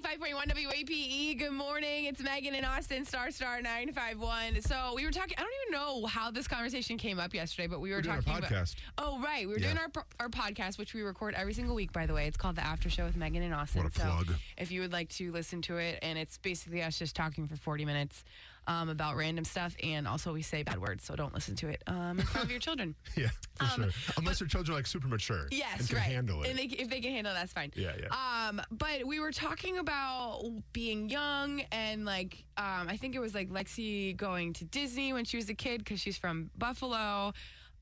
95.1 WAPE. E. Good morning. It's Megan and Austin, Star Star 951. So we were talking, I don't even know how this conversation came up yesterday, but we were, We're doing our talking podcast. about. Oh, right. We were Yeah. doing our, pro- our podcast, which we record every single week, by the way. It's called The After Show with Megan and Austin. What a so plug. if you would like to listen to it, and it's basically us just talking for 40 minutes um, about random stuff. And also, we say bad words, so don't listen to it um, in front of your children. Yeah, for sure. Unless your children are like super mature. Um, Yes, and can right. handle it. And they, if they can handle, it, that's fine. Yeah, yeah. Um, but we were talking about being young and like, um, I think it was like Lexi going to Disney when she was a kid because she's from Buffalo.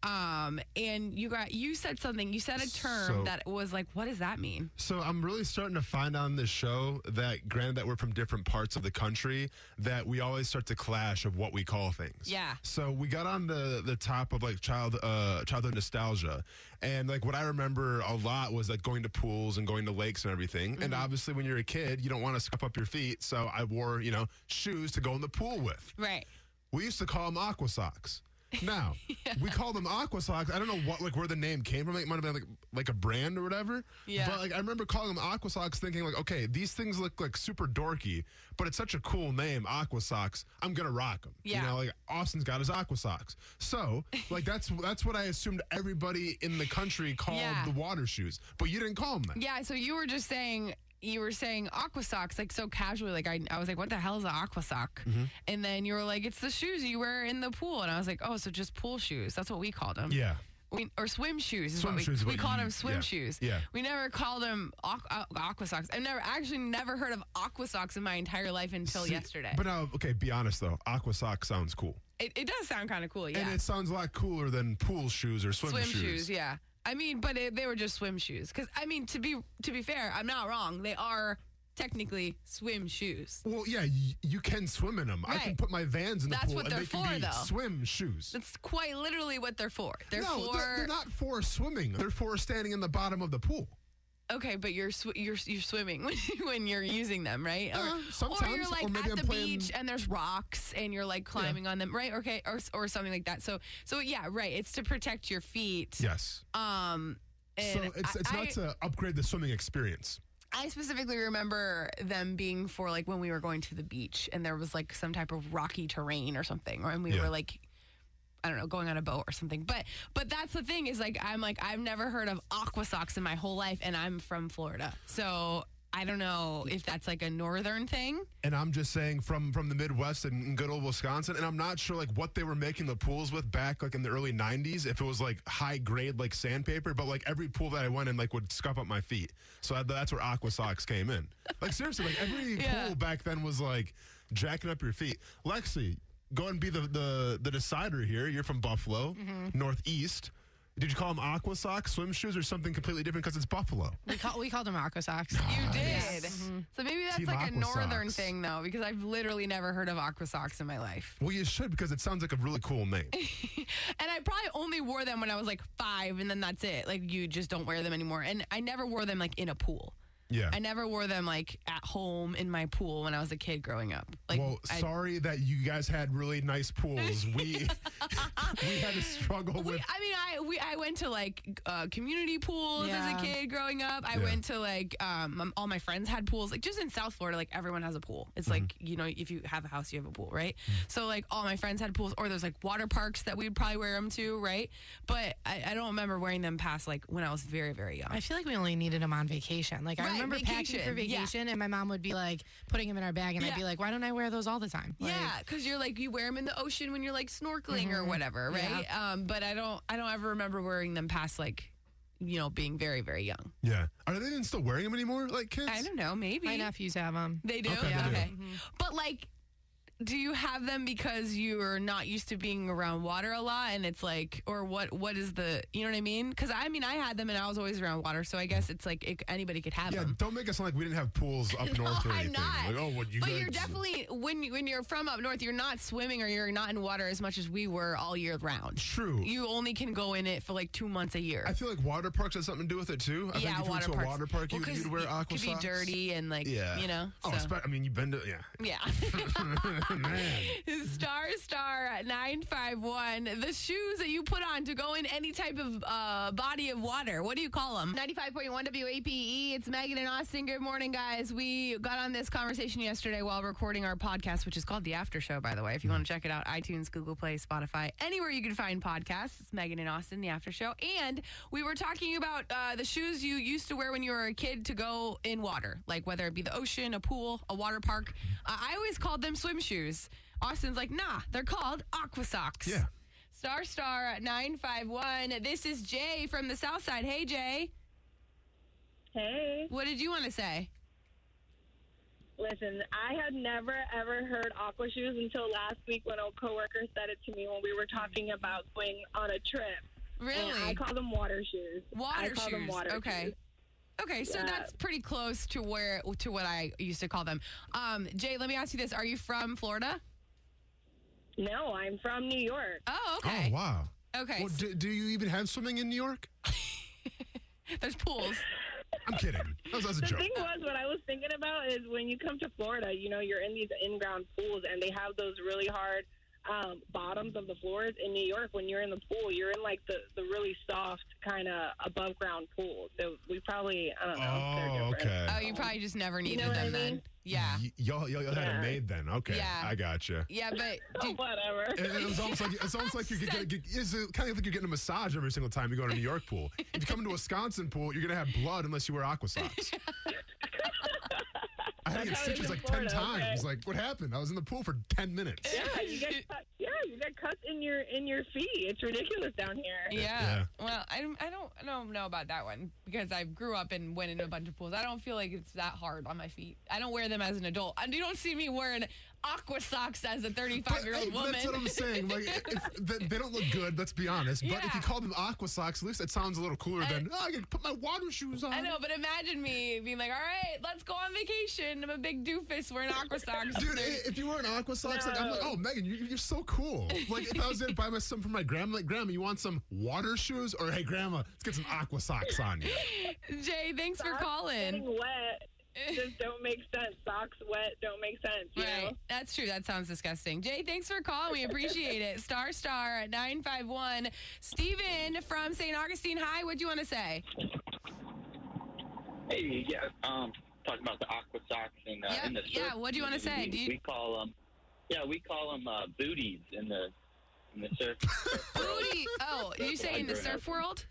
Um, and you got you said something. You said a term So- that was like, what does that mean? So I'm really starting to find on this show that, granted that we're from different parts of the country, that we always start to clash of what we call things. Yeah. So we got on the the top of like child uh, childhood nostalgia, and like what I remember a lot was like going to pools and going to lakes and everything. And Mm-hmm. obviously, when you're a kid, you don't want to scuff up your feet, so I wore you know shoes to go in the pool with. Right. We used to call them aqua socks. Now we call them aqua socks. I don't know what like where the name came from. It might have been like like a brand or whatever. Yeah. But like I remember calling them aqua socks, thinking like, okay, these things look like super dorky, but it's such a cool name, aqua socks. I'm gonna rock them. Yeah. You know, like Austin's got his aqua socks. So like that's that's what I assumed everybody in the country called Yeah. the water shoes, but you didn't call them that. Yeah. So you were just saying you were saying aqua socks like so casually. Like I, I was like, what the hell is an aqua sock? Mm-hmm. And then you were like, it's the shoes you wear in the pool. And I was like, oh, so just pool shoes. That's what we called them. Yeah. We, or swim shoes is Swim what we, shoes is we what called you- them swim yeah, shoes. yeah. We never called them aqua, aqua socks. I've never actually never heard of aqua socks in my entire life until See, yesterday. But now, okay, be honest though, aqua sock sounds cool. it, it does sound kind of cool. Yeah. And it sounds a lot cooler than pool shoes or swim, swim shoes. yeah. I mean, but it, they were just swim shoes cuz I mean to be to be fair, I'm not wrong. They are technically swim shoes. Well, yeah, y- you can swim in them. I can Right. put my Vans in the That's pool, what and they're they can for, be though. swim shoes. That's quite literally what they're for. They're no, for they're, they're not for swimming. They're for standing in the bottom of the pool. Okay, but you're sw- you're you're swimming when you- when you're using them, right? Uh, or you're sometimes, like or maybe at I'm the playing- beach and there's rocks and you're like climbing on them, right? Okay, or or something like that. So so yeah, right. It's to protect your feet. Yes. Um. so And it's it's I, not to upgrade the swimming experience. I specifically remember them being for like when we were going to the beach and there was like some type of rocky terrain or something, or and we Yeah. were like. I don't know, going on a boat or something, but but that's the thing is like I'm like I've never heard of aqua socks in my whole life, and I'm from Florida, so I don't know if that's like a northern thing. And I'm just saying from from the Midwest and in good old Wisconsin, and I'm not sure like what they were making the pools with back like in the early '90s, if it was like high grade like sandpaper, but like every pool that I went in like would scuff up my feet. So I, that's where aqua socks came in. Like seriously, like every Yeah. pool back then was like jacking up your feet. Lexi, go and be the the, the decider here. You're from Buffalo, Mm-hmm. Northeast. Did you call them aqua socks, swim shoes, or something completely different? Because it's Buffalo. We call we called them aqua Mm-hmm. socks. You did, so maybe that's Team like a aqua northern socks. thing though, because I've literally never heard of aqua socks in my life, Well, you should because it sounds like a really cool name. and I probably only wore them when I was like five, and then that's it. Like you just don't wear them anymore, and I never wore them like in a pool. Yeah. I never wore them like at home in my pool when I was a kid growing up. Like, well, I- sorry that you guys had really nice pools. We we had to struggle we, with. I mean, I we I went to like uh, community pools Yeah. as a kid growing up. I Yeah. went to like um, um, all my friends had pools. Like just in South Florida, like everyone has a pool. It's Mm-hmm. like you know, if you have a house, you have a pool, right? So like all my friends had pools, or there's like water parks that we'd probably wear them to, right? But I, I don't remember wearing them past like when I was very very young. I feel like we only needed them on vacation. Like Right, I remember packing for vacation, yeah. vacation, and my mom would be like putting them in our bag, and Yeah. I'd be like, "Why don't I wear those all the time?" Like, yeah, because you're like Mm-hmm. you wear them in the ocean when you're like snorkeling or whatever, right? Um, but I don't, I don't ever remember wearing them past like, you know, being very, very young. Yeah, are they even still wearing them anymore? Like kids? I don't know, maybe my nephews have them. they do. Okay, they Yeah. do. okay. But like, do you have them because you're not used to being around water a lot, and it's like, or what? What is the, you know what I mean? Because I mean, I had them and I was always around water, so I guess it's like it, anybody could have Yeah, them. don't make us sound like we didn't have pools up No, north or I'm anything. not. Like, oh, what you? but guys- you're definitely when you, when you're from up north, you're not swimming or you're not in water as much as we were all year round. True. You only can go in it for like two months a year. I feel like water parks has something to do with it too. I think yeah, if water you went to parks. a water park, Well, you, 'cause you'd wear it aqua could socks. be dirty and like Yeah, you know. Oh, so- spe- I mean, you've been to yeah. yeah. Man. Star Star 951. The shoes that you put on to go in any type of uh, body of water. What do you call them? 95.1 WAPE. E. It's Megan and Austin. Good morning, guys. We got on this conversation yesterday while recording our podcast, which is called The After Show, by the way. If you want to check it out, iTunes, Google Play, Spotify, anywhere you can find podcasts. It's Megan and Austin, The After Show. And we were talking about uh, the shoes you used to wear when you were a kid to go in water, like whether it be the ocean, a pool, a water park. Uh, I always called them swim shoes. Austin's like, nah, they're called aqua socks. Yeah. Star Star 951. This is Jay from the South Side. Hey, Jay. Hey, What did you want to say? listen, I had never ever heard aqua shoes until last week when a coworker said it to me when we were talking about going on a trip. And Really? I call them water shoes. I water call shoes. them water okay. shoes. Okay, so Yeah. that's pretty close to where to what I used to call them. Um, Jay, let me ask you this: Are you from Florida? No, I'm from New York. Oh, okay. Oh, wow. Okay, Well, do, do you even have swimming in New York? there's pools. I'm kidding. That was, that was a The joke. thing was, what I was thinking about is when you come to Florida, you know, you're in these in-ground pools, and they have those really hard um, bottoms of the floors. In New York, when you're in the pool, you're in like the, the really soft kind of above-ground pool. So we probably, I don't know. they're Oh, different. okay. Oh, you probably just never needed know what them I then. mean? Yeah, Y- y'all, y'all had it Yeah. made then. Okay. Yeah. I gotcha. yeah, but did, Whatever. It, it was almost like it's almost like you're getting, get, it's kind of like you're getting a massage every single time you go to a New York pool. If you come into a Wisconsin pool, you're gonna have blood unless you wear aqua socks. I had to get That's how it is stitches in like ten Florida, okay. times. Like, what happened? I was in the pool for ten minutes. Yeah, you get cut, yeah, you get cuts in your in your feet. It's ridiculous down here. Yeah. Yeah. Well, I, don't- I don't I don't know about that one because I grew up and went into a bunch of pools. I don't feel like it's that hard on my feet. I don't wear them as an adult. And you don't see me wearing aqua socks as a 35 year hey, old woman. That's what I'm saying. Like, if, they, they don't look good. Let's be honest. But if Yeah. you call them aqua socks, at least it sounds a little cooler than oh, I can put my water shoes on. I know, but imagine me being like, "All right, let's go on vacation." I'm a big doofus wearing aqua socks. Dude, i- if you weren't aqua socks, like I'm like, oh Megan, you, you're so cool. Like if I was gonna buy my some for my grandma, like grandma, you want some water shoes or hey grandma, let's get some aqua socks on you. Jay, thanks for Socks Getting calling. wet just don't make sense. Socks wet don't make sense. You Right. know? That's true. That sounds disgusting. Jay, thanks for calling. We appreciate it. Star Star 951. Steven from St. Augustine High, what'd you want to say? Hey, yeah, um, talking about the aqua socks and uh, Yeah, in the yeah, surf what do you wanna community, say? Do We, you- we call them, yeah, we call them uh, booties in the in the surf. surf world. Booty. Oh, you say in the Growing up. surf world?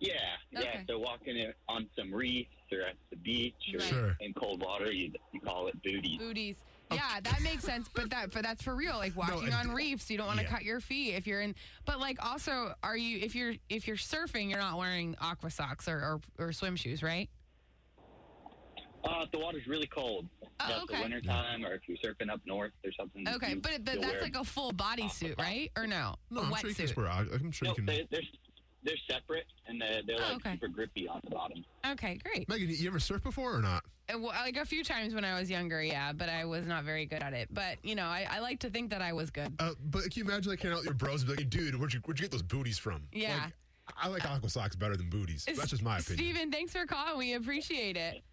Yeah, yeah. Okay. So walking in, on some reefs or at the beach or Right. Sure. in cold water, you, you call it booties. Booties. Oh. Yeah, that makes sense, but that but that's for real. Like walking it- on reefs, you don't want to yeah. cut your feet if you're in. But like also, are you if you're if you're surfing, you're not wearing aqua socks or or, or swim shoes, right? Uh, if the water's really cold. That's Oh, okay. the winter time, or if you're surfing up north or something. Okay, you- but, but you'll that's wear- like a full body suit, right? Or no? No, a I'm sure you can just wetsuit. wear. aqua- I'm sure no, you can. they, they're they're separate and they're, they're Oh, like okay. super grippy on the bottom. Okay, great. Megan, you- you ever surf before or not? Uh, well, Like a few times when I was younger, yeah, but I was not very good at it. But you know, I, I like to think that I was good. Uh, but can you imagine like hanging out with your bros and be like, "Hey, dude, where'd you where'd you get those booties from? Yeah. Like, I like aqua socks better than booties. That's just my opinion. Steven, thanks for calling. We appreciate it.